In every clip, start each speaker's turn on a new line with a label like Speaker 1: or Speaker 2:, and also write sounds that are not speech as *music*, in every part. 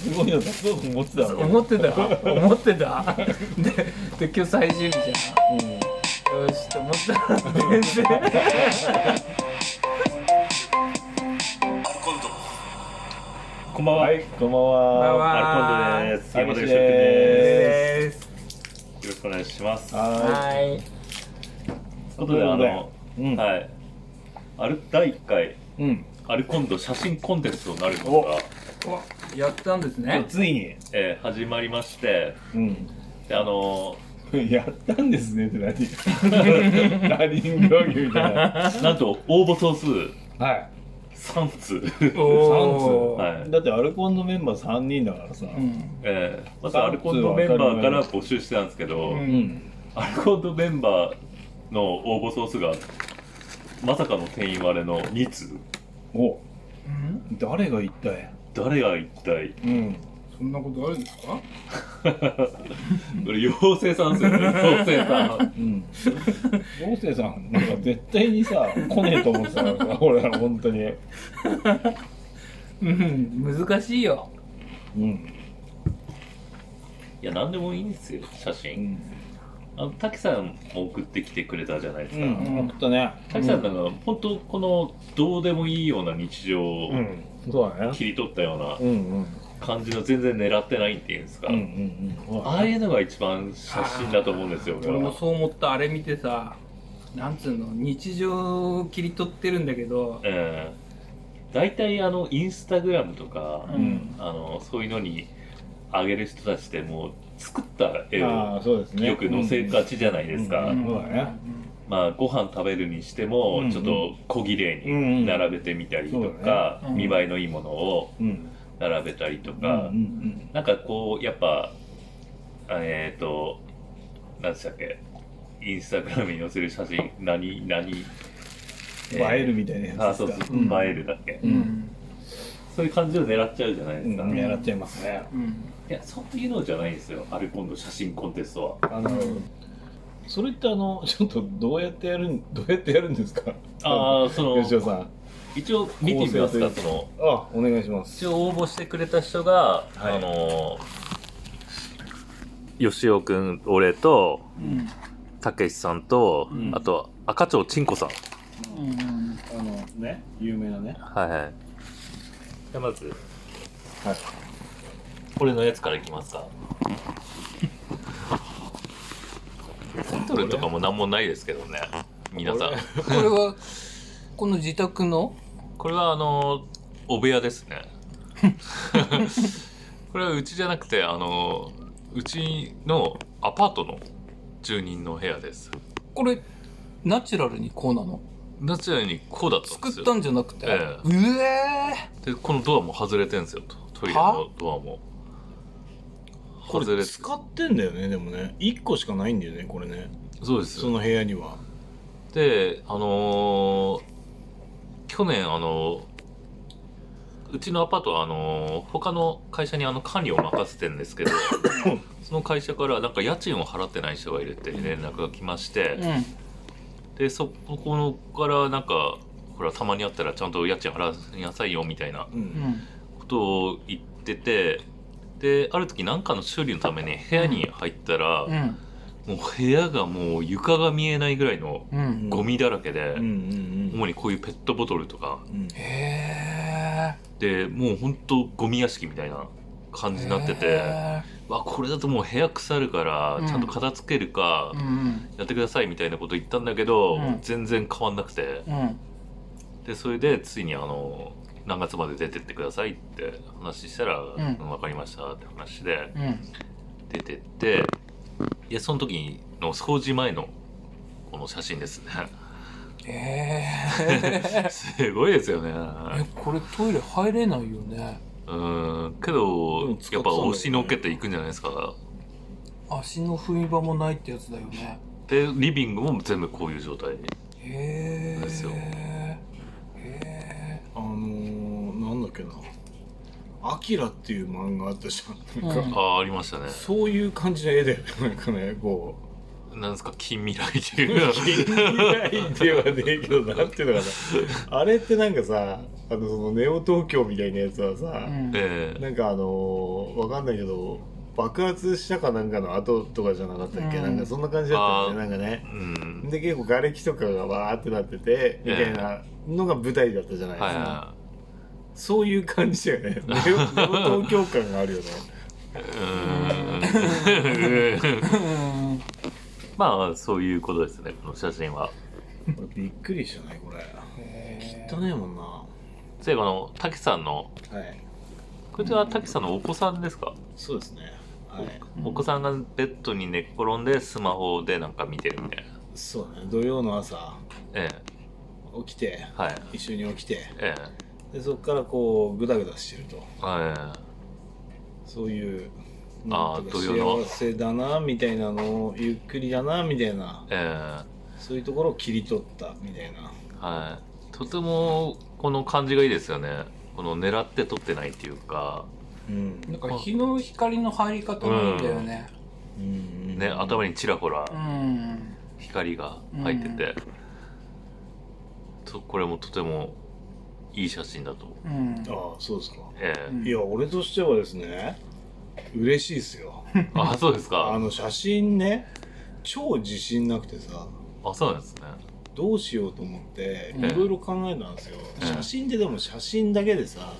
Speaker 1: すごいの出そうと思ってたの
Speaker 2: 思ってた思ってたでで今日最終日じゃ
Speaker 1: うん
Speaker 2: んよしと思ったら全然
Speaker 3: こんばんは。
Speaker 1: はい
Speaker 3: よ
Speaker 1: こんばんは
Speaker 2: こんばんは
Speaker 3: アルコンドです
Speaker 1: 山田
Speaker 3: 山田修です
Speaker 2: *laughs* です
Speaker 3: ろしくお願いします。という
Speaker 1: は
Speaker 2: はい
Speaker 3: ことで、あの、
Speaker 1: いうん
Speaker 3: はい。ある第1回、
Speaker 1: うん
Speaker 3: アルコンド写真コンテンツとなるのが、
Speaker 2: おやったんですね
Speaker 1: ついに
Speaker 3: えー始まりまして、
Speaker 1: うん
Speaker 3: であの
Speaker 1: やったんですねって何ランニング競技みたいな
Speaker 3: ー、なんと応募総数
Speaker 1: はい
Speaker 3: 3通。
Speaker 2: おー
Speaker 3: はい
Speaker 1: だってアルコンのメンバー3人だからさ
Speaker 2: うん
Speaker 3: えー、まずアルコンドメンバーから募集してたんですけど、
Speaker 2: う
Speaker 1: うんん
Speaker 3: アルコンドメンバーの応募総数が、まさかの定員割れの2通。
Speaker 1: お
Speaker 2: うん
Speaker 1: 誰が一体
Speaker 3: 誰が一 *laughs* 体
Speaker 1: うん
Speaker 2: そんなことあるんですか
Speaker 3: これ妖精さんですよね、妖精さん。
Speaker 1: うん昴生さんなんか絶対にさ来ねえと思ってたからさ俺は本当に
Speaker 2: うん難しいよ
Speaker 1: うん
Speaker 3: いや、なんでもいいんですよ、写
Speaker 1: う
Speaker 3: 真。
Speaker 1: ん
Speaker 3: あの、滝さんも送ってきてくれたじゃないです
Speaker 1: う
Speaker 3: か。
Speaker 1: ん本当ね
Speaker 3: 滝さんなんか、本当この、どうでもいいような日常を
Speaker 1: うんそうだね
Speaker 3: 切り取ったような
Speaker 1: うんうん
Speaker 3: 感じの全然狙ってないっていうんですか。
Speaker 1: うんうんうん
Speaker 3: ああいうのが一番写真だと思うんですよ、俺
Speaker 2: 俺も
Speaker 3: は。
Speaker 2: そう思ったあれ見てさなんつうの日常を切り取ってるんだけど
Speaker 3: ええ大体、あの、インスタグラムとか、
Speaker 2: うん
Speaker 3: あの、そういうのに上げる人たちって、もう、作った絵
Speaker 1: ああ
Speaker 3: を
Speaker 1: そうですね
Speaker 3: よく載せがちじゃないですか。
Speaker 1: うんそうだね
Speaker 3: まあ、ご飯食べるにして
Speaker 1: うん
Speaker 3: も
Speaker 1: うん
Speaker 3: ちょっと小綺麗に並べてみたりとか、
Speaker 2: うんうんそうだねうん
Speaker 3: 見栄えのいいものを
Speaker 1: うん
Speaker 3: 並べたりと
Speaker 1: うんう
Speaker 3: か、
Speaker 1: ん
Speaker 3: なんかこうやっぱあえっ、ー、と何でしたっけインスタグラムに載せる写真何何映
Speaker 1: うん映えるみたいなやつですか
Speaker 3: あそうそう、
Speaker 1: うん
Speaker 3: 映えるだっけ、
Speaker 2: うん
Speaker 3: そういう感じを狙っちゃうじゃないですか、
Speaker 1: うん
Speaker 3: い
Speaker 1: 狙っちゃいますね
Speaker 2: うん
Speaker 3: やそういうのじゃないんですよアルコンド写真コンテストは
Speaker 1: あのそれってあの *laughs* ちょっとどうやってやるんどうやってやるんですか
Speaker 3: ああその
Speaker 1: 吉尾さん
Speaker 3: 一応見てみます
Speaker 1: 構成
Speaker 3: か
Speaker 1: と
Speaker 3: そ
Speaker 1: いう
Speaker 3: の
Speaker 1: あお願いします
Speaker 3: 一応応募してくれた人が、
Speaker 1: はい
Speaker 3: あのー、吉尾くん、俺と、
Speaker 2: うん
Speaker 3: たけしさんと、
Speaker 1: ん
Speaker 3: あと、赤町ちんこさん。
Speaker 2: うん
Speaker 1: あのね有名なね
Speaker 3: はいはい。じゃあまず、
Speaker 1: はい
Speaker 3: 俺のやつからいきますか。タイトルとかもなんもないですけどね。皆さん。
Speaker 2: これはこの自宅の
Speaker 3: これはあのー、お部屋です *laughs* ね。これはうちじゃなくて、あのー、うちのアパートの住人の部屋です。
Speaker 2: これナチュラルにこうなの
Speaker 3: ナチュラルにこうだったんで
Speaker 2: 作っ
Speaker 3: すよ
Speaker 2: たんじゃなくて、
Speaker 3: ええ
Speaker 2: うえ
Speaker 3: でこのドアも外れてんすよとトイレ
Speaker 2: は
Speaker 3: のドアも
Speaker 1: こ
Speaker 3: 外れ
Speaker 1: れ
Speaker 3: て
Speaker 1: 使ってんだよねでもね1個しかないんだよねこれね
Speaker 3: そうです
Speaker 1: その部屋には
Speaker 3: であのー去年あのーうちのアパートはあのー他の会社にあの管理を任せてんですけどその会社からなんか家賃を払ってない人がいるって連絡が来まして、
Speaker 2: うん
Speaker 3: でそこのからなんかほらたまにあったらちゃんと家賃払わせなさいよみたいな
Speaker 1: う
Speaker 2: うんん
Speaker 3: ことを言っててである時何かの修理のために部屋に入ったら、
Speaker 2: うん
Speaker 3: もう部屋がもう床が見えないぐらいの
Speaker 2: うん
Speaker 3: ゴミだらけで、
Speaker 1: うんうん
Speaker 3: 主にこういうペットボトルとか
Speaker 1: うんうん
Speaker 2: へえ
Speaker 3: でもうほんとゴミ屋敷みたいな感じになってて、
Speaker 2: へ
Speaker 3: わこれだともう部屋腐るから
Speaker 2: うん
Speaker 3: ちゃんと片付けるか
Speaker 2: えうん
Speaker 3: やってくださいみたいなこと言ったんだけど、
Speaker 2: うん
Speaker 3: 全然変わんなくて
Speaker 2: うん
Speaker 3: でそれでついにあの何月まで出てってくださいって話したら、
Speaker 2: ん
Speaker 3: 分かりましたって話で。
Speaker 2: うん
Speaker 3: 出てってでその時の掃除前のこの写真ですね
Speaker 2: え
Speaker 3: すごいですよね
Speaker 2: えこれトイレ入れないよね
Speaker 3: うんけ
Speaker 1: でも
Speaker 3: ど
Speaker 1: 使ってたん
Speaker 3: やっ
Speaker 1: だ
Speaker 3: ぱ
Speaker 1: よね
Speaker 3: 押しのけていくんじゃないですか
Speaker 2: 足の踏み場もないってやつだよね
Speaker 3: でリビングも全部こういう状態
Speaker 2: へえ
Speaker 3: ですよ
Speaker 2: へえ
Speaker 1: あのー、なんだっけな「アキラ」っていう漫画あったじゃんなんか、
Speaker 2: うん
Speaker 3: ああありましたね
Speaker 1: そういう感じの絵だよねなんかねこう
Speaker 3: なんですか近未来って
Speaker 1: *laughs*
Speaker 3: いう
Speaker 1: 近未来ではねえけどなんていうのかなあれってなんかさあのそのネオ東京みたいなやつはさ、
Speaker 2: うん
Speaker 3: *laughs* ええ
Speaker 1: なんかあのーわかんないけど爆発したかなんかの後とかじゃなかったっけ、
Speaker 2: うん
Speaker 1: なんかそんな感じだったよねなんかね
Speaker 3: うん
Speaker 1: で結構瓦礫とかがわーってなっててみたいなのが舞台だったじゃないですか、
Speaker 3: はいは
Speaker 1: そういう感じだよ
Speaker 3: *laughs*
Speaker 1: ねネオネオ東京感があるよね
Speaker 3: いうん *laughs*
Speaker 2: うん
Speaker 3: まあそういうことですねこの写真は
Speaker 4: これ *laughs* びっくりしたねこれ
Speaker 2: へ
Speaker 1: 汚ねえもんな
Speaker 3: そういえばあのタキさんの
Speaker 1: はい
Speaker 3: こちらタキさんのお子さんですか、
Speaker 1: そうですねはい
Speaker 3: お子さんがベッドに寝っ転んでスマホでなんか見てるみたいな
Speaker 1: そうね土曜の朝
Speaker 3: え
Speaker 1: 起きて
Speaker 3: えはい
Speaker 1: 一緒に起きて
Speaker 3: え
Speaker 1: でそこからこうグダグダしてると
Speaker 3: えは
Speaker 1: そういう
Speaker 3: あー
Speaker 1: なんとか
Speaker 3: 土曜の
Speaker 1: 幸せだなみたいなのをゆっくりだなみたいない
Speaker 3: ええ
Speaker 1: そういうところを切り取ったみたいな
Speaker 3: はい、とてもこの感じがいいですよねこの狙って撮ってないっていうか、
Speaker 1: うん
Speaker 2: なんか日の光の入り方もいいんだよね
Speaker 1: うん
Speaker 3: ね、頭にちらほら
Speaker 2: うん
Speaker 3: 光が入ってて、とこれもとてもいい写真だと、
Speaker 2: うん
Speaker 1: ああそうですか
Speaker 3: ええ
Speaker 2: うん
Speaker 1: いや俺としてはですね嬉しいですよ
Speaker 3: あそうです
Speaker 1: あ
Speaker 3: か
Speaker 1: の写真ね超自信なくてさ
Speaker 3: あそうなんですね
Speaker 1: どうしようと思って
Speaker 2: うん
Speaker 1: いろいろ考えたんですよ、
Speaker 3: うん
Speaker 1: 写真ってでも写真だけでさ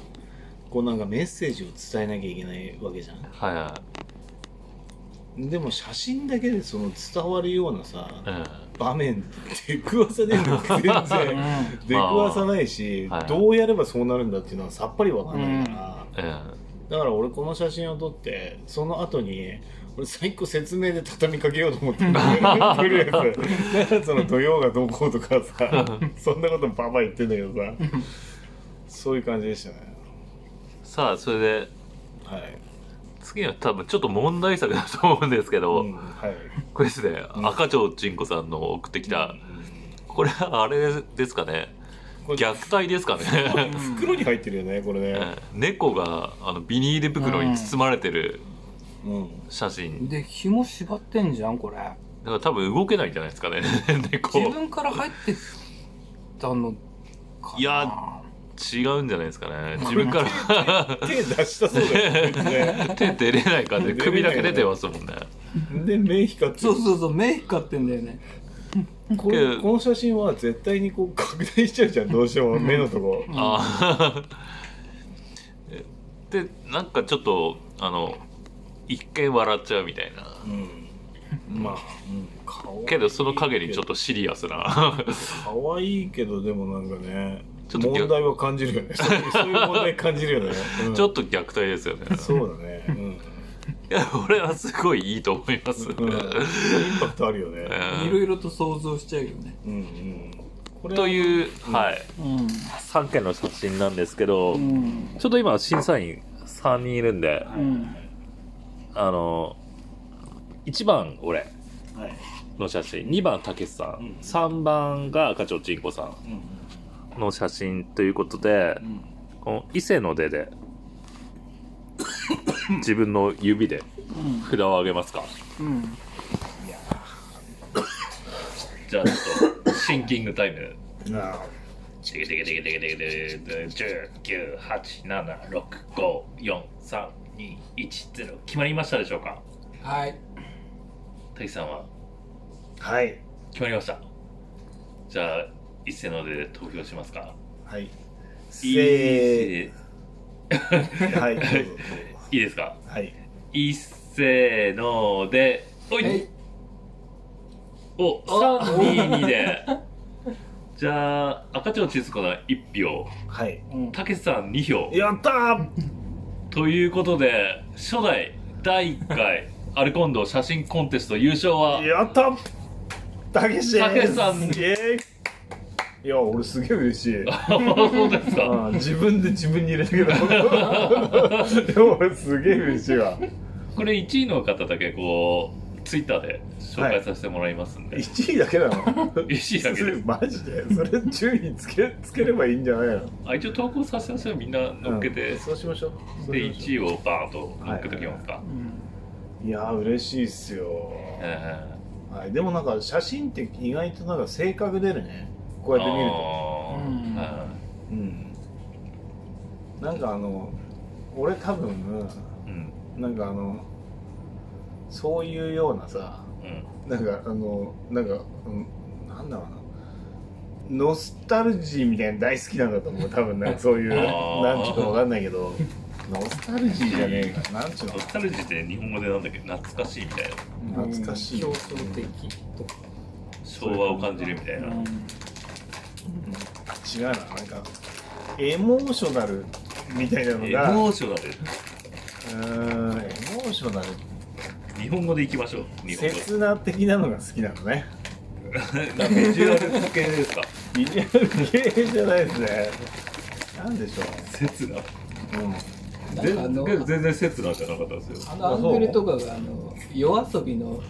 Speaker 1: こうなんかメッセージを伝えなきゃいけないわけじゃん
Speaker 3: はいはい
Speaker 1: でも写真だけでその伝わるようなさ
Speaker 3: え
Speaker 1: 場面って出くわさねえんだよ全
Speaker 2: う
Speaker 1: 然
Speaker 2: ん
Speaker 1: 出くわさないし、
Speaker 3: はい
Speaker 1: どうやればそうなるんだっていうのはさっぱりわかんないから、
Speaker 3: ええ
Speaker 1: だから俺この写真を撮ってその後に俺最高説明で畳みかけようと思ってる
Speaker 3: *laughs*
Speaker 1: とりあえずだからその土曜がどうこうとかさそんなことばば言ってんだけどさそういう感じでしたね
Speaker 3: えさあそれで
Speaker 1: はい、
Speaker 3: 次は多分ちょっと問題作だと思うんですけど、
Speaker 1: うんはい、
Speaker 3: これですね、赤ちょうちんこさんの送ってきた、これはあれですかね
Speaker 1: これ
Speaker 3: 虐待ですかね
Speaker 1: 袋に入ってるよねこれね、
Speaker 3: *laughs* 猫があのビニール袋に包まれてる
Speaker 1: うん、
Speaker 3: 写真、だ
Speaker 2: で紐縛ってんじゃんこれ
Speaker 3: から多分動けないんじゃないですかね *laughs* 猫
Speaker 2: 自分から入ってたのかない
Speaker 3: や違うんじゃないですかね自分か
Speaker 1: 手出したそうだよね
Speaker 3: ら *laughs* 手出れない感じで
Speaker 1: 出れない
Speaker 3: 首だけ出てますもんね
Speaker 1: で目光ってる
Speaker 2: そうそうそう目光ってんだよね
Speaker 1: これこの写真は絶対にこう拡大しちゃうじゃんどうしても目のとこ、
Speaker 3: *laughs* あーでなんかちょっとあの一見笑っちゃうみたいな
Speaker 1: うん、まあ、うん、顔
Speaker 3: けどその陰にちょっとシリアスな
Speaker 1: 可愛いけどでもなんかね
Speaker 3: ちょっと逆
Speaker 1: 問題は感じるよねそう
Speaker 3: *laughs*
Speaker 1: いうそういう問題感じるよね、うん
Speaker 3: ちょっと虐待ですよね
Speaker 1: そうだね、うん、
Speaker 3: いや俺はすごいいいと思いま
Speaker 1: う
Speaker 3: す、
Speaker 1: んインパクトあるよね、
Speaker 2: いろいろと想像しちゃうよね
Speaker 1: うんうん、これ
Speaker 3: と
Speaker 1: う
Speaker 3: いう、はい、
Speaker 2: うん
Speaker 3: 3件の写真なんですけど、
Speaker 2: うん
Speaker 3: ちょっと今審査員3人いるんで、
Speaker 2: うん
Speaker 3: あの1番俺
Speaker 1: はい
Speaker 3: の写真2番たけしさ
Speaker 1: う
Speaker 3: ん、
Speaker 1: ん
Speaker 3: 3番が赤ちょうちんこさ
Speaker 1: うん
Speaker 3: んの写真ということで、
Speaker 1: うん
Speaker 3: この伊勢の出で自分の指で札を上げますか
Speaker 2: うん
Speaker 3: じゃあちょっとシンキングタイム
Speaker 1: うんなあ
Speaker 3: チキチキチキチキチキチキ10、9、8、7、6、5、4、3、2、1、0決まりましたでしょうか
Speaker 2: はい
Speaker 3: 滝さんは
Speaker 1: はい
Speaker 3: 決まりましたじゃあ一斉ので投票しますか
Speaker 1: はいせ
Speaker 3: いい
Speaker 1: ーはいどうぞどうぞ
Speaker 3: いいですか
Speaker 1: はい
Speaker 3: 一斉のでお
Speaker 2: はいい
Speaker 3: お322でじゃあ赤ちょうちんすこの1票
Speaker 1: はい
Speaker 2: うん
Speaker 3: たけしさん2票
Speaker 1: やったー
Speaker 3: ということで初代第1回アルコンド写真コンテスト優勝は
Speaker 1: やったたけしです
Speaker 3: たけしさん
Speaker 1: イエーイいや俺すげえ嬉
Speaker 3: *laughs*
Speaker 1: しい
Speaker 3: そうですか
Speaker 1: ああ自分で自分に入れたけど *laughs* でも俺すげえ嬉しいわ
Speaker 3: これ1位の方だけこうツイッターで紹介させてもらいますんで、
Speaker 1: 1位だけなの
Speaker 3: 1位だけ
Speaker 1: そ
Speaker 3: で
Speaker 1: れ
Speaker 3: す
Speaker 1: マジでそれ順位つけつければいいんじゃないの
Speaker 3: あ一応投稿させましょうみんな乗っけて、
Speaker 1: うんそうしましょう
Speaker 3: で1
Speaker 1: 位
Speaker 3: 位をバーンと乗っけときますか、
Speaker 2: うん
Speaker 1: いやー嬉しいっすよ
Speaker 3: え
Speaker 1: はい、でもなんか写真って意外となんか性格出るねこうやって見ると
Speaker 2: うん
Speaker 3: あ
Speaker 1: うんなんかあの俺多分
Speaker 3: ーうん
Speaker 1: なんかあのそういうようなさ
Speaker 3: うん
Speaker 1: なんかあのなんか、うん、なんだろうなノスタルジーみたいなの大好きなんだと思う多分なんかそういう
Speaker 3: あー
Speaker 1: なんちゅうかわかんないけどノスタルジーじゃねえかなんちゅう
Speaker 3: ノスタルジーって日本語でなんだっけ懐かしいみたいな
Speaker 1: の懐かしい
Speaker 2: 競争的とか、
Speaker 3: 昭和を感じるみたいな、
Speaker 1: 違うななんかエモーショナルみたいなの
Speaker 3: エ
Speaker 1: が
Speaker 3: モーショナル
Speaker 1: うーんエモーショナル
Speaker 3: 日本語でいきましょう日本語で
Speaker 1: 刹那的なのが好きなのね
Speaker 3: なんかビジュアル系ですか
Speaker 1: ビジュアル系じゃないですねなんでしょ
Speaker 3: 刹那
Speaker 1: う、うん、
Speaker 2: なんかあの
Speaker 3: 全全然刹那じゃなかったですよ
Speaker 2: あのアングルとかがあの夜遊びの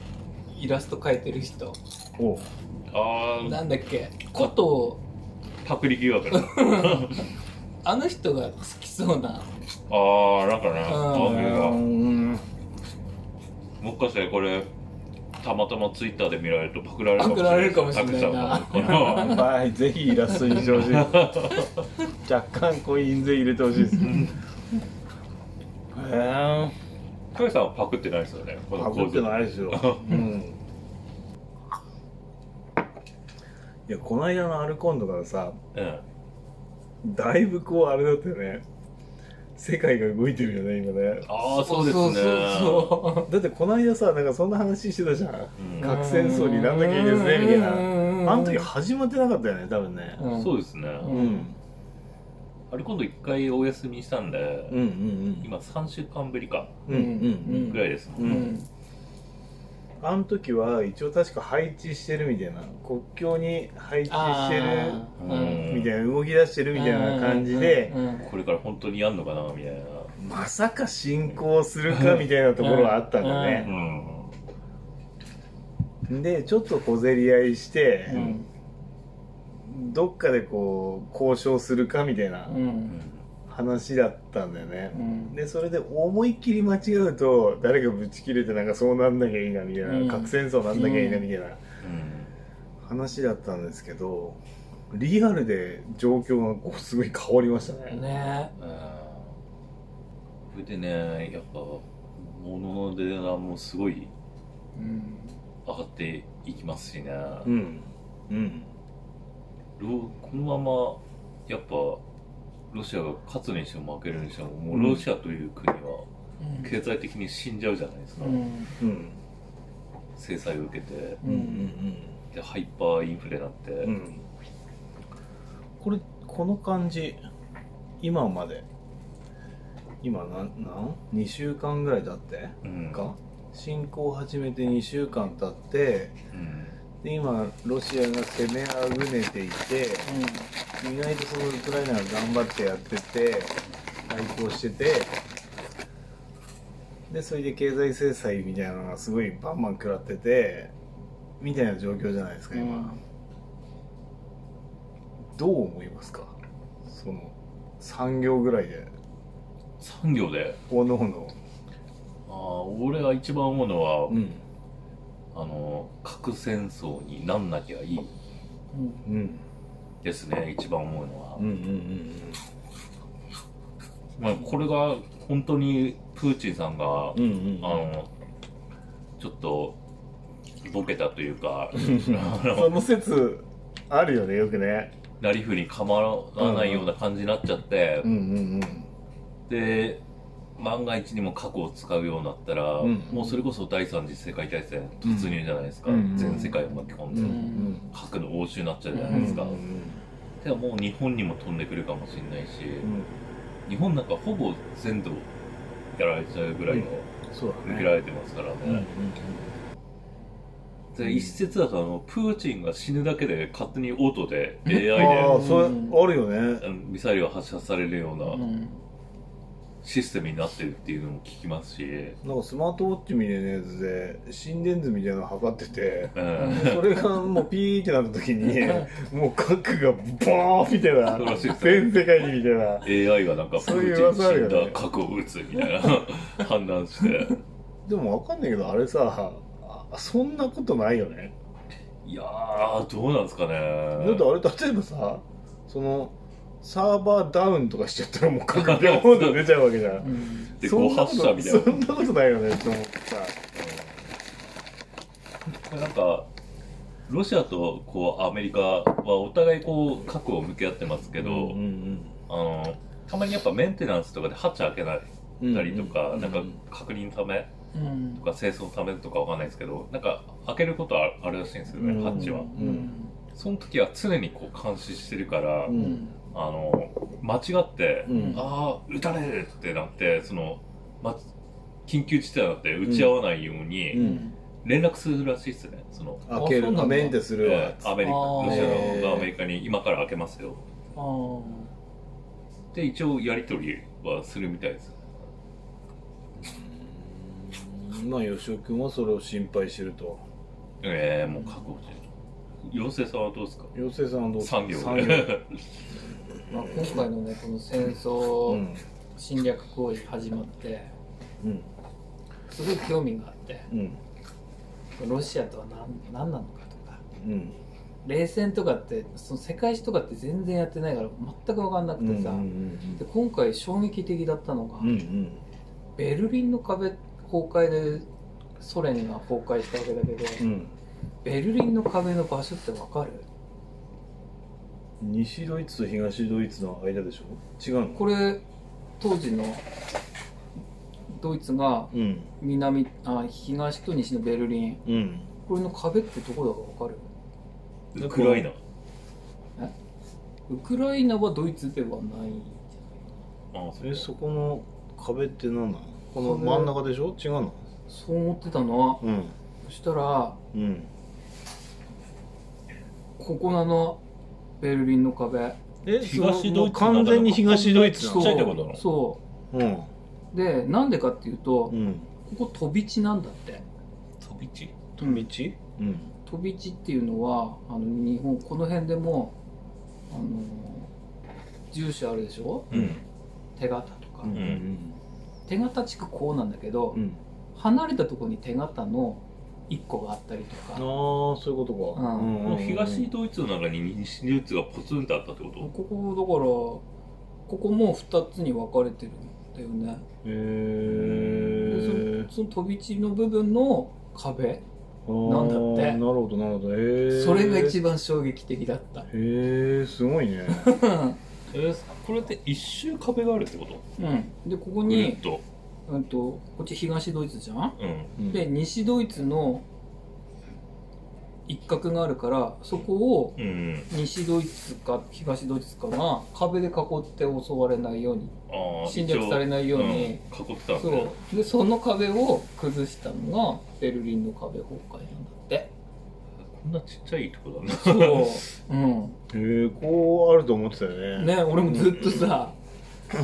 Speaker 2: イラスト描いてる人
Speaker 1: おう
Speaker 3: あー
Speaker 2: なんだっけこと
Speaker 3: パクリ疑惑だ
Speaker 2: あの人が好きそうな
Speaker 3: ああなんかね
Speaker 2: うん
Speaker 1: う
Speaker 3: あなんか
Speaker 1: ーん
Speaker 3: もしかしてこれたまたまツイッターで見られるとパクられ
Speaker 2: パクられるかもしれないな
Speaker 3: パクっちゃうかもこの
Speaker 1: はい、ぜひイラストにしてほしい若干コイン税入れてほしいですへえ
Speaker 3: カイさんはパクってないですよねこの
Speaker 1: パクってないですよ、うん、いやこの間のアルコンドからさ
Speaker 3: うん
Speaker 1: だいぶこうあれだったよね世界が動いてるよね今ね
Speaker 3: ああそうです
Speaker 2: そ
Speaker 3: ね
Speaker 2: うそうそう
Speaker 1: だってこの間さなんかそんな話してたじゃん
Speaker 3: うん
Speaker 1: 核戦争になんなきゃいいですねみたいな
Speaker 2: な
Speaker 1: あの時始まってなかったよね多分ね
Speaker 3: そうですね、
Speaker 1: うんん
Speaker 3: あれ今度一回お休みしたんで、
Speaker 1: うんうん
Speaker 3: 今3週間ぶりか
Speaker 1: うんうんうん
Speaker 3: ぐらいですもん、
Speaker 1: う
Speaker 2: うんん
Speaker 1: あの時は一応確か配置してるみたいな国境に配置してる
Speaker 2: あーうん
Speaker 1: みたいな動き出してるみたいな感じで
Speaker 2: うんうん
Speaker 3: これから本当にやんのかなみたいな
Speaker 1: まさか進行するかみたいなところはあったんだ
Speaker 3: う
Speaker 1: ね
Speaker 3: ん
Speaker 1: でちょっと小競り合いして
Speaker 2: う、ん
Speaker 1: どっかでこう交渉するかみたいな
Speaker 2: うん
Speaker 1: 話だったんだよね
Speaker 2: う、ん
Speaker 1: でそれで思いっきり間違うと誰かぶち切れてなんかそうなんなきゃいいなみたいな、
Speaker 2: うん
Speaker 1: 核戦争なんなきゃいいなみたいな話だったんですけどリアルで状況がこうすごい変わりましたね
Speaker 2: ね
Speaker 3: うんそれでねやっぱ物の値段もすごい
Speaker 2: うん
Speaker 3: 上がっていきますしね、
Speaker 1: うんうん
Speaker 3: ロこのままやっぱロシアが勝つにしても負けるにしてももうロシアという国は経済的に死んじゃうじゃないですか、
Speaker 2: うん
Speaker 1: うん
Speaker 3: 制裁を受けて
Speaker 2: う
Speaker 1: うん
Speaker 2: ん
Speaker 3: でハイパーインフレになって、
Speaker 1: うんうんこれこの感じ今まで今なんなん2週間ぐらい経って
Speaker 3: うん
Speaker 1: か侵攻を始めて2週間経って
Speaker 3: うん
Speaker 1: で今ロシアが攻めあぐねていて意外とそのウクライナが頑張ってやってて対抗しててでそれで経済制裁みたいなのがすごいバンバン食らっててみたいな状況じゃないですか今、どう思いますかその3行ぐらいで
Speaker 3: 産業で
Speaker 1: おのおの
Speaker 3: あー俺が一番思うのは、
Speaker 1: ん
Speaker 3: あの核戦争になんなきゃいい
Speaker 2: うん
Speaker 1: うん
Speaker 3: ですね一番思うのは、
Speaker 1: うんうん
Speaker 3: まあ、これが本当にプーチンさんが、
Speaker 1: うんうん
Speaker 3: あのちょっとボケたという
Speaker 1: *laughs*
Speaker 3: かあの
Speaker 1: その説あるよねよくね
Speaker 3: なりふり構わないような感じになっちゃって、
Speaker 1: ん
Speaker 3: で万が一にも核を使うようになったら、
Speaker 1: うん
Speaker 3: もうそれこそ第三次世界大戦突入じゃないですか、
Speaker 1: うん
Speaker 3: 全世界を巻き込んで、
Speaker 1: うん
Speaker 3: 核の応酬になっちゃうじゃ
Speaker 1: う
Speaker 3: なんいですか、
Speaker 1: うん
Speaker 3: でももう日本にも飛んでくるかもしれないし、
Speaker 1: うん
Speaker 3: 日本なんかほぼ全土やられちゃうぐらいの
Speaker 1: そうだ
Speaker 3: 受
Speaker 1: ね
Speaker 3: けられてますからね、
Speaker 1: うんうん
Speaker 3: で一説だとあのプーチンが死ぬだけで勝手にオートで AI で
Speaker 1: ああそれ
Speaker 2: うん
Speaker 1: あるよね
Speaker 3: あのミサイルが発射される
Speaker 2: う
Speaker 3: ようなんシステムになってるっていうのも聞きますし、
Speaker 1: なんかスマートウォッチみたいなやつで心電図みたいなの測って
Speaker 3: *laughs*
Speaker 1: て
Speaker 3: うん
Speaker 1: それがもうピーってなった時
Speaker 3: *laughs*
Speaker 1: にもう核がボーンみたいな
Speaker 3: そうらしいですね
Speaker 1: 全世界にみたいな
Speaker 3: AI がなんかプ
Speaker 1: そういう
Speaker 3: ーチン
Speaker 1: 噂ある
Speaker 3: 死
Speaker 1: よ
Speaker 3: ん
Speaker 1: ね
Speaker 3: だ核を撃つみたいな判断して
Speaker 1: でもわかんないけどあれさあそんなことないよね
Speaker 3: いやー、どうなんですかね。
Speaker 1: だってあれ例えばさそのサーバーダウンとかしちゃったらもう確定温度出ちゃうわけじゃん
Speaker 2: うん
Speaker 3: で、
Speaker 1: そ
Speaker 3: こ
Speaker 1: ん
Speaker 3: う
Speaker 1: な
Speaker 3: 発
Speaker 1: こと
Speaker 3: 射みたいな。
Speaker 1: そんなことないよねって思ってさ
Speaker 3: これなんか、ロシアとこうアメリカはお互いこう核を向き合ってますけ
Speaker 1: け
Speaker 3: ど、
Speaker 1: ん
Speaker 3: あのたまにやっぱメンテナンスとかで鉢開けないうたりとか、
Speaker 1: う
Speaker 3: なんか確認のため
Speaker 2: うん
Speaker 3: とか清掃のためとかわかんないですけどなんか開けることはあるらしいんですよね、
Speaker 1: うん
Speaker 3: ハッチは
Speaker 2: うん
Speaker 3: その時は常にこう監視してるから、
Speaker 1: う
Speaker 2: うんん
Speaker 3: あの間違って、
Speaker 1: うん
Speaker 3: ああ撃たれるってなってその、ま、緊急事態になって撃ち合わないよう
Speaker 1: う
Speaker 3: に
Speaker 1: ん
Speaker 3: 連絡するらしいですねその
Speaker 1: 開け
Speaker 2: あそう
Speaker 1: る
Speaker 2: なんだ
Speaker 1: メンテするわ
Speaker 3: えーアメリカ
Speaker 2: あー
Speaker 3: ロシア
Speaker 1: へー
Speaker 3: のアメリカに今から開けますよ
Speaker 2: あー
Speaker 3: で一応やり取りはするみたいです
Speaker 1: うんまあ吉尾君はそれを心配してると
Speaker 3: ええもう覚悟してる妖精さんはどうですか
Speaker 1: 妖精さんはどうする
Speaker 3: 産業 *laughs*
Speaker 2: 産業まあ今回のねこの戦
Speaker 1: う
Speaker 2: 争
Speaker 1: ん
Speaker 2: 侵略行為始まって
Speaker 1: うん
Speaker 2: すごい興味があって
Speaker 1: うん
Speaker 2: ロシアとは何何なのかとか
Speaker 1: うん
Speaker 2: 冷戦とかってその世界史とかって全然やってないから全く分かんなくてさ、
Speaker 1: うん
Speaker 2: で今回衝撃的だったのが、
Speaker 1: うんうん
Speaker 2: ベルリンの壁崩壊でソ連が崩壊したわけだけど、
Speaker 1: うん
Speaker 2: ベルリンの壁の場所って分かる
Speaker 1: 西ドイツと東ドイツの間でしょ違うの
Speaker 2: これ当時のドイツが
Speaker 1: うん
Speaker 2: 南あ東と西のベルリン
Speaker 1: うん
Speaker 2: これの壁ってどこだか分か
Speaker 3: *laughs* ウクライナ
Speaker 2: るウクライナはドイツではない
Speaker 3: ああそ
Speaker 1: え
Speaker 3: う
Speaker 1: そこの壁って何なのこの真ん中でしょ違うの
Speaker 2: そう思ってたのは
Speaker 1: うん
Speaker 2: そしたら
Speaker 1: うん
Speaker 2: ここなのベルリンの壁
Speaker 1: え
Speaker 3: 東ドイツの中だ
Speaker 1: 完全に東ドイツな
Speaker 2: そ
Speaker 1: の
Speaker 2: う
Speaker 3: ちっちゃいとこだろ
Speaker 2: そ
Speaker 1: うん
Speaker 2: うでなんでかっていうと、
Speaker 1: うん
Speaker 2: ここ飛び地なんだって
Speaker 3: 飛び地
Speaker 1: 飛び地うん
Speaker 2: 飛び地っていうのはあの日本この辺でもあの住所あるでしょ
Speaker 3: うん
Speaker 2: 手形とか、
Speaker 1: うんうん
Speaker 2: 手形地区こうなんだけど、
Speaker 1: うん
Speaker 2: 離れたところに手形の1個があったりと
Speaker 1: ああ
Speaker 2: か、
Speaker 1: そういうことか
Speaker 2: うん
Speaker 3: この東ドイツの中に西ドイツがポツンとあったってこ
Speaker 2: ことこだからここも2つに分かれてるんだよね
Speaker 1: へえ
Speaker 2: その飛び地の部分の壁なんだって
Speaker 1: なるほどなるほどへえ
Speaker 2: それが一番衝撃的だった
Speaker 1: へえすごいね
Speaker 3: えーこれって一周壁があるってこと
Speaker 2: うんでここ
Speaker 3: ぐるっ
Speaker 2: に、
Speaker 3: と
Speaker 2: うん、とこっち東ドイツじゃん
Speaker 3: うん
Speaker 1: う
Speaker 2: *laughs*
Speaker 1: ん
Speaker 2: で西ドイツの一角があるからそこを
Speaker 3: うん
Speaker 2: 西ドイツか東ドイツかが壁で囲って襲われないように
Speaker 3: ああ
Speaker 2: 侵略されない
Speaker 3: 一
Speaker 2: よ
Speaker 3: 応
Speaker 2: うに、
Speaker 3: うん囲ってたんで
Speaker 2: そうでその壁を崩したのがベルリンの壁崩壊なんだって
Speaker 3: こんなちっちゃいとこだね
Speaker 2: そう、う
Speaker 1: へえこうあると思ってたよ
Speaker 2: ん、
Speaker 1: ね
Speaker 2: ね俺もずっとさ、
Speaker 1: へ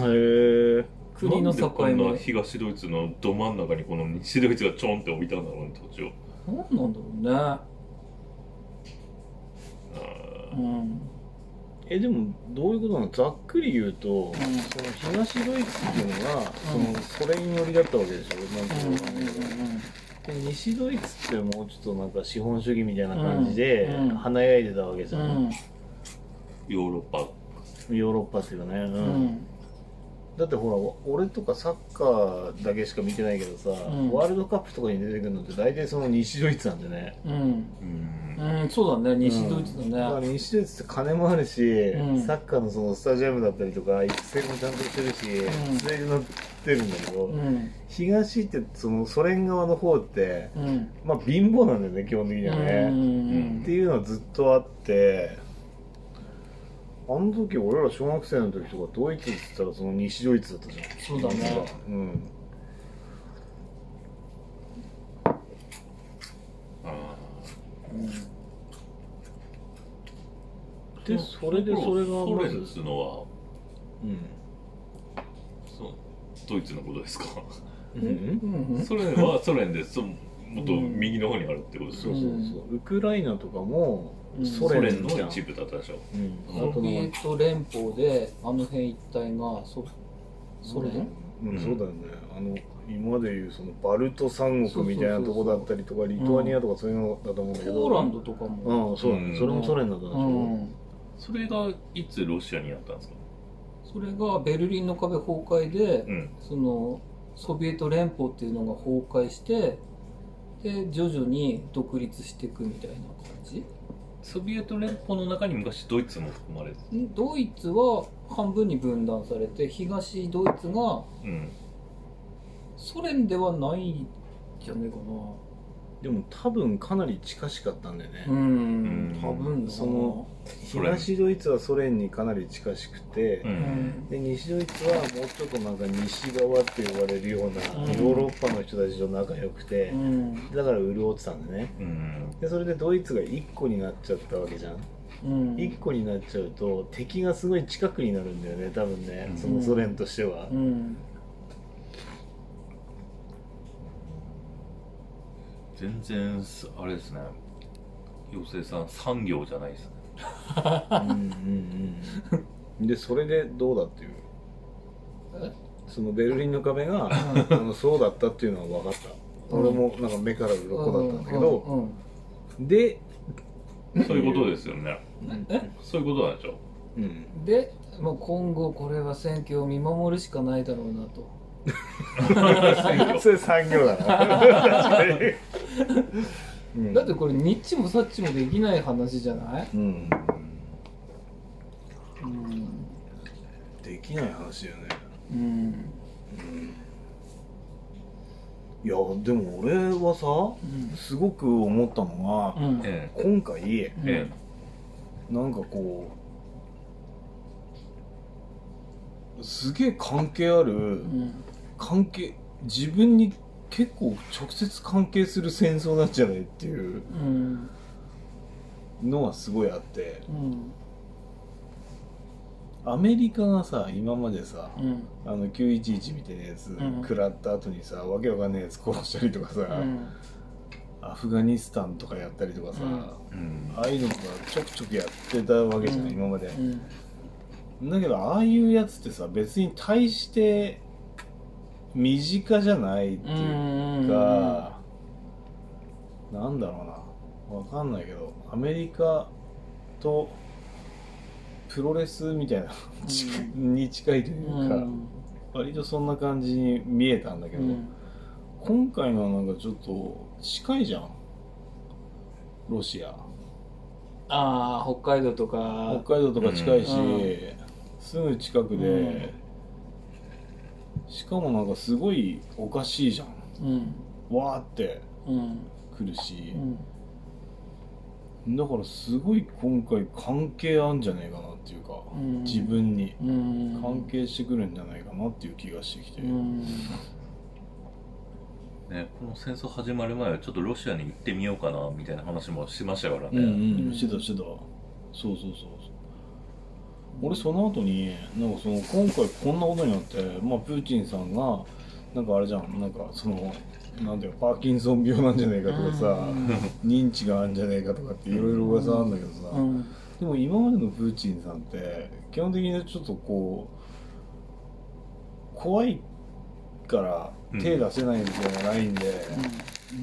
Speaker 1: え
Speaker 2: 国の境
Speaker 3: なんでこん
Speaker 2: も
Speaker 3: な東ドイツのど真ん中にこの西ドイツがちょんって置いたんだろうね土地を
Speaker 2: 何なんだろうね、
Speaker 3: あ
Speaker 2: うん
Speaker 1: えでもどういうことなのざっくり言うと、その東ドイツっていうのは、
Speaker 2: うん
Speaker 1: そのソ連寄りだったわけでしょなんてい
Speaker 2: うん
Speaker 1: うのかなで西ドイツってもうちょっとなんか資本主義みたいな感じで、
Speaker 2: うんうん
Speaker 1: 華やいでたわけじゃ、
Speaker 2: うんん
Speaker 3: ヨーロッパ
Speaker 1: ヨーロッパっていうかね、う
Speaker 2: うんうんん
Speaker 1: だってほら俺とかサッカーだけしか見てないけどさ、
Speaker 2: ん
Speaker 1: ワールドカップとかに出てくるのって大体その西ドイツなんでね
Speaker 2: うん
Speaker 3: うん
Speaker 2: うん、そうだね、西ドイツだね。
Speaker 1: だから西ドイツって金もあるし、
Speaker 2: ん
Speaker 1: サッカーのそのスタジアムだったりとか育成もちゃんとしてるし、
Speaker 2: うん
Speaker 1: それに乗ってるんだけど、
Speaker 2: うん、
Speaker 1: 東ってそのソ連側の方って
Speaker 2: うん、
Speaker 1: まあ貧乏なんだよね基本的には
Speaker 2: う
Speaker 1: ね、
Speaker 2: ん
Speaker 1: っていうのはずっとあってあの時俺ら小学生の時とかドイツって言ったらその西ドイツだったじゃん
Speaker 2: そうだね。
Speaker 1: うん
Speaker 3: あ
Speaker 1: で
Speaker 3: ー
Speaker 1: それでそれが
Speaker 3: ソ
Speaker 1: ま
Speaker 3: 連っ
Speaker 1: ず
Speaker 3: つうのは
Speaker 1: うん
Speaker 3: そのドイツのことですか
Speaker 1: うん
Speaker 2: うん、
Speaker 3: ソ連はソ連でそもっと右の方にあるってことです
Speaker 1: そ
Speaker 3: よ
Speaker 1: うそうそうウクライナとかも
Speaker 2: うん
Speaker 1: ソ
Speaker 3: ソ
Speaker 1: 連
Speaker 3: 連の一部だったでしょ
Speaker 1: うんあ
Speaker 2: ソ
Speaker 1: と
Speaker 2: ビエ
Speaker 1: の
Speaker 2: ト連邦で、あの辺一帯が、そ、ソ連。
Speaker 1: うんそうだよねあの今でいうそのバルト三国みたいなとこだったりとかリトアニアとかそういうのだと思うんだけど
Speaker 2: ポーランドとかも、
Speaker 1: うんそうだ
Speaker 3: うん
Speaker 1: ねそれもソ連だったんでし
Speaker 2: う
Speaker 1: ょ
Speaker 2: ん
Speaker 3: それがいつロシアになったんですか
Speaker 2: それがベルリンの壁崩壊で、
Speaker 3: うん
Speaker 2: そのソビエト連邦っていうのが崩壊してで徐々に独立していくみたいな感じ
Speaker 3: ソビエト連邦の中に昔ドイツも含まれてた
Speaker 2: んドイツは半分に分断されて東ドイツが
Speaker 3: うん
Speaker 2: ソ連ではないんじゃないか
Speaker 1: でも多分かなり近しかったんだよね、
Speaker 2: なうん
Speaker 3: うん
Speaker 2: 多分だな
Speaker 1: その東ドイツはソ連にかなり近しくて、
Speaker 3: う
Speaker 2: うんん
Speaker 1: で西ドイツはもうちょっとなんか西側って呼ばれるような
Speaker 2: うん
Speaker 1: ヨーロッパの人たちと仲良くて
Speaker 2: う、ん
Speaker 1: だから潤ってたんだね
Speaker 3: うん
Speaker 1: でそれでドイツが1個になっちゃったわけじゃん
Speaker 2: うん
Speaker 1: 1個になっちゃうと敵がすごい近くになるんだよね多分ね
Speaker 3: うん
Speaker 1: そのソ連としては、
Speaker 2: うん
Speaker 3: 全然すあれですね妖精さん産業じゃないですね
Speaker 1: うんうんうんでそれでどうだっていう
Speaker 2: え
Speaker 1: そのベルリンの壁があのそうだったっていうのは分かった
Speaker 2: うん
Speaker 1: 俺もなんか目から鱗だったんだけど
Speaker 2: うん
Speaker 1: で
Speaker 3: そういうことですよね
Speaker 2: うんえ
Speaker 3: そういうことなんでしょ
Speaker 1: うん
Speaker 2: でもう今後これは選挙を見守るしかないだろうなと
Speaker 1: それ産業
Speaker 2: *laughs*
Speaker 1: だな確かにうん
Speaker 2: だってこれニッチもサッチもできない話じゃない、
Speaker 1: うん
Speaker 2: うん
Speaker 1: できない話だよね
Speaker 2: うん
Speaker 1: いやでも俺はさすごく思ったのが、
Speaker 2: うん
Speaker 3: え
Speaker 1: 今回
Speaker 3: ええ
Speaker 1: なんかこうすげえ関係ある
Speaker 2: うん
Speaker 1: 関係自分に結構直接関係する戦争なんじゃないっていう
Speaker 2: うん
Speaker 1: のはすごいあって
Speaker 2: うん
Speaker 1: アメリカがさ今までさ
Speaker 2: うん
Speaker 1: あの911みたいなやつ
Speaker 2: ん
Speaker 1: 食らった後にさ、わけわかんないやつ殺したりとかさ、
Speaker 2: うん
Speaker 1: アフガニスタンとかやったりとかさ、
Speaker 2: うん
Speaker 3: えうん
Speaker 1: ああいうのがちょくちょくやってたわけじゃない、
Speaker 2: うん
Speaker 1: 今まで
Speaker 2: う、ん
Speaker 1: だけどああいうやつってさ別に対して身近じゃないっていうか、なんだろうなわかんないけどアメリカとプロレスみたいな、近いに近いというか、割とそんな感じに見えたんだけど、今回のはなんかちょっと近いじゃんロシア
Speaker 2: ああ北海道とか
Speaker 1: 北海道とか近いし、
Speaker 2: うん
Speaker 1: すぐ近くで、
Speaker 2: うん
Speaker 1: しかもなんかすごいおかしいじゃん
Speaker 2: うん
Speaker 1: わーって
Speaker 2: うん
Speaker 1: 来るし
Speaker 2: う、ん
Speaker 1: だからすごい今回関係あんじゃねえかなっていうか、
Speaker 2: うん
Speaker 1: 自分に
Speaker 2: うん
Speaker 1: 関係してくるんじゃないかなっていう気がしてきて、
Speaker 2: うん
Speaker 3: ね、この戦争始まる前はちょっとロシアに行ってみようかなみたいな話もしましたから
Speaker 1: うん
Speaker 3: ね、
Speaker 1: う
Speaker 2: うんん
Speaker 1: してたしてたそうそうそうそう俺その後になんかその今回こんなことになって、まあ、プーチンさんがなんかあれじゃんなんかそのなんだよパーキンソン病なんじゃねえかとかさ、認知があるんじゃねえかとかっていろいろ噂なんだけどさ、
Speaker 2: うん
Speaker 1: でも今までのプーチンさんって基本的にちょっとこう怖いから手出せないみたいなラインで、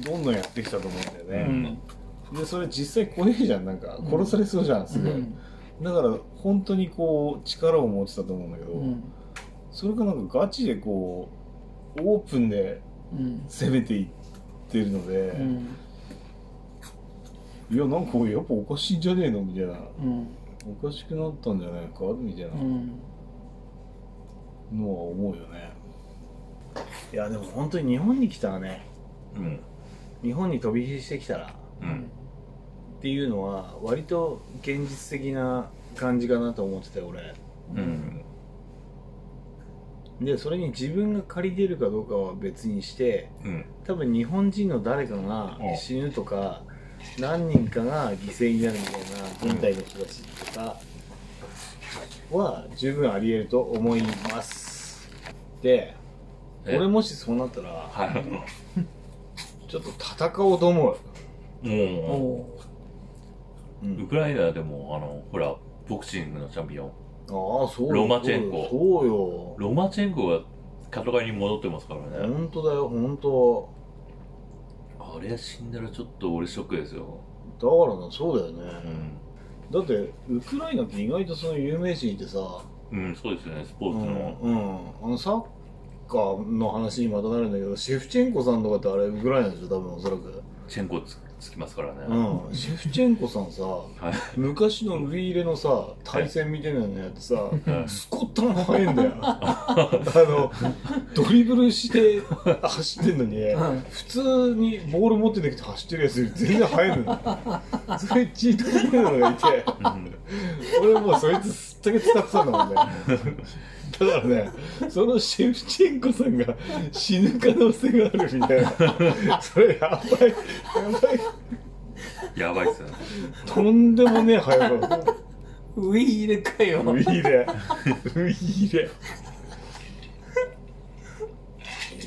Speaker 1: どんどんやってきたと思うんだよね、
Speaker 2: うん
Speaker 1: でそれ実際怖いじゃんなんか殺されそうじゃんすごい、だから本当にこう力を持ってたと思うんだけど、
Speaker 2: うん
Speaker 1: それがなんかガチでこうオープンで
Speaker 2: うん
Speaker 1: 攻めていってるので、
Speaker 2: うん
Speaker 1: いやなんかやっぱおかしいんじゃねえのみたいな
Speaker 2: うん
Speaker 1: おかしくなったんじゃないかみたいな
Speaker 2: うん
Speaker 1: のは思うよね、いやでも本当に日本に来たらね
Speaker 3: うん
Speaker 1: 日本に飛び火してきたら
Speaker 3: うん
Speaker 1: っていうのは割と現実的な感じかなと思ってて俺
Speaker 3: うんうん
Speaker 1: でそれに自分が借りてるかどうかは別にして
Speaker 3: うん
Speaker 1: 多分日本人の誰かが
Speaker 3: うん
Speaker 1: 死ぬとか何人かが犠牲になるみたいな軍隊の人たちとかは十分あり得ると思いますで
Speaker 3: え
Speaker 1: 俺もしそうなったら
Speaker 3: *laughs* はい
Speaker 1: ちょっと戦おうと思う、
Speaker 3: も
Speaker 2: おう
Speaker 1: う
Speaker 3: うウ
Speaker 1: ん
Speaker 3: クライナでもあのほらボクシングのチャンピオン
Speaker 1: ああそうよ
Speaker 3: ロマチェンコ
Speaker 1: そうよ
Speaker 3: ロマチェンコが戦いに戻ってますからね。
Speaker 1: 本当だよ本当
Speaker 3: あれ死んだらちょっと俺ショックですよ。
Speaker 1: だからなそうだよね、
Speaker 3: うん。
Speaker 1: だってウクライナって意外とその有名人いてさ、
Speaker 3: うん、そうですよね、スポ
Speaker 1: う
Speaker 3: ーツ
Speaker 1: ん
Speaker 3: の。
Speaker 1: うん、あのサッカーの話にまたなるんだけどシェフチェンコさんとかってあれウクライナでしょ多分おそらく、
Speaker 3: チェンコつつきますからね。 *laughs*
Speaker 1: うん、シェフチェンコさんさ
Speaker 3: はい。 *laughs*
Speaker 1: 昔のルイ入れのさ対戦みたいなのやってさ
Speaker 3: はい
Speaker 1: スコットも速いんだ
Speaker 2: *laughs*
Speaker 1: よあのドリブルして走ってんのに、
Speaker 2: うん
Speaker 1: 普通にボール持ってなくて走ってるやつより全然速いのよそれチートみたいなのがいて
Speaker 3: うん
Speaker 1: 俺もうそいつすっとけ使ってたんだもんねだからねそのシェフチェンコさんが死ぬ可能性があるみたいなそれやばいやばい
Speaker 3: やばいっすよね。
Speaker 1: とんでもねえ速さだよ
Speaker 2: ウィー入れかよ
Speaker 1: ウィー *laughs* レウィーレ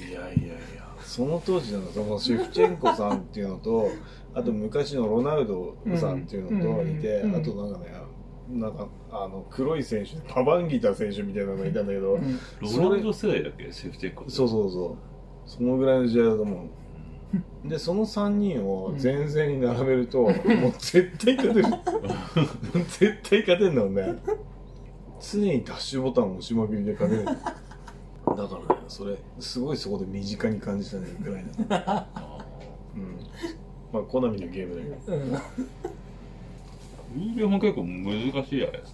Speaker 1: いやいやいやその当時のそのシェフチェンコさんっていうのとあと昔のロナウドさんっていうのといて、
Speaker 2: うん
Speaker 1: あとなんかねなんかあの黒い選手パバンギタ選手みたいなのがいたんだけど
Speaker 2: うん
Speaker 3: ローランド世代だっけシェフチェンコって。
Speaker 1: そうそうそうそのぐらいの時代だと思うでその3人を前線に並べる
Speaker 3: *laughs*
Speaker 1: と、もう絶対勝てる絶対勝てんだもんね常にダッシュボタンを押しまくりで勝てるだからねそれすごいそこで身近に感じたねウクライナうんまあ好みのゲームだけど
Speaker 2: うん
Speaker 3: ウィーレも結構難しいじゃないです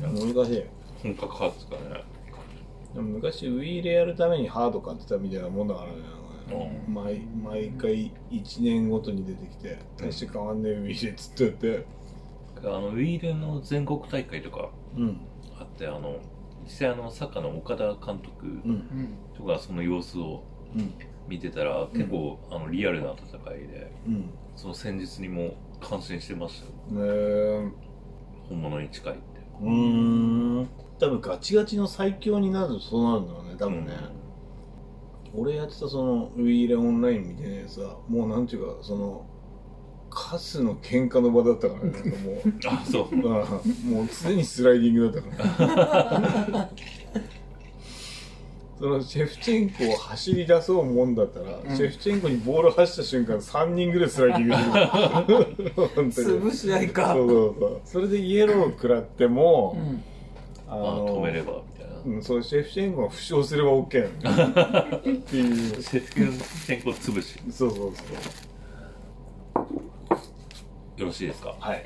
Speaker 3: かね。
Speaker 1: 難しい
Speaker 3: 本格派っすかね。
Speaker 1: でも昔ウィーレやるためにハード買ってたみたいなもんだからね
Speaker 3: うん
Speaker 1: 毎毎回1年ごとに出てきて大して変わんねえウィーレっつってやって
Speaker 3: あの、ウィーレの全国大会とか
Speaker 1: うん
Speaker 3: あって、あの、実際あの、サッカーの岡田監督
Speaker 1: うん
Speaker 2: うん
Speaker 3: とかその様子を
Speaker 1: うん
Speaker 3: 見てたら、結構、あの、リアルな戦いで、
Speaker 1: うん
Speaker 3: その戦術にも感心してましたよ。
Speaker 1: ねえ
Speaker 3: 本物に近いって。
Speaker 1: うーん多分ガチガチの最強になるとそうなるんだろうね多分ね、俺やってたそのウィーレオンラインみたいなやつはもうなんていうかそのカスの喧嘩の場だったからねなんかもう
Speaker 3: うん。
Speaker 1: *laughs*
Speaker 3: あ、そう。
Speaker 1: ああもう常にスライディングだったからそのシェフチェンコを走り出そうもんだったら、シェフチェンコにボール走った瞬間3人ぐらいスライディングする本当に
Speaker 2: 潰し合いか
Speaker 1: そうそうそうそれでイエローを食らっても、
Speaker 2: うん
Speaker 1: あ
Speaker 3: あ
Speaker 1: の
Speaker 3: 止めれば、みたいな。 *laughs*
Speaker 1: うん、そうシェフチェンコが負傷すれば OK なのっていう
Speaker 3: シェフチェンコ潰し。
Speaker 1: そうそうそう
Speaker 3: よろしいですか
Speaker 1: はい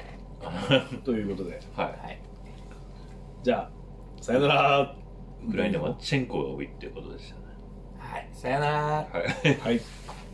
Speaker 1: ということで
Speaker 3: はい。
Speaker 1: じゃあさよなら
Speaker 3: ウクライナはチェンコが多いっていうことでしたね。
Speaker 2: はいさよなら
Speaker 3: はい。
Speaker 1: はい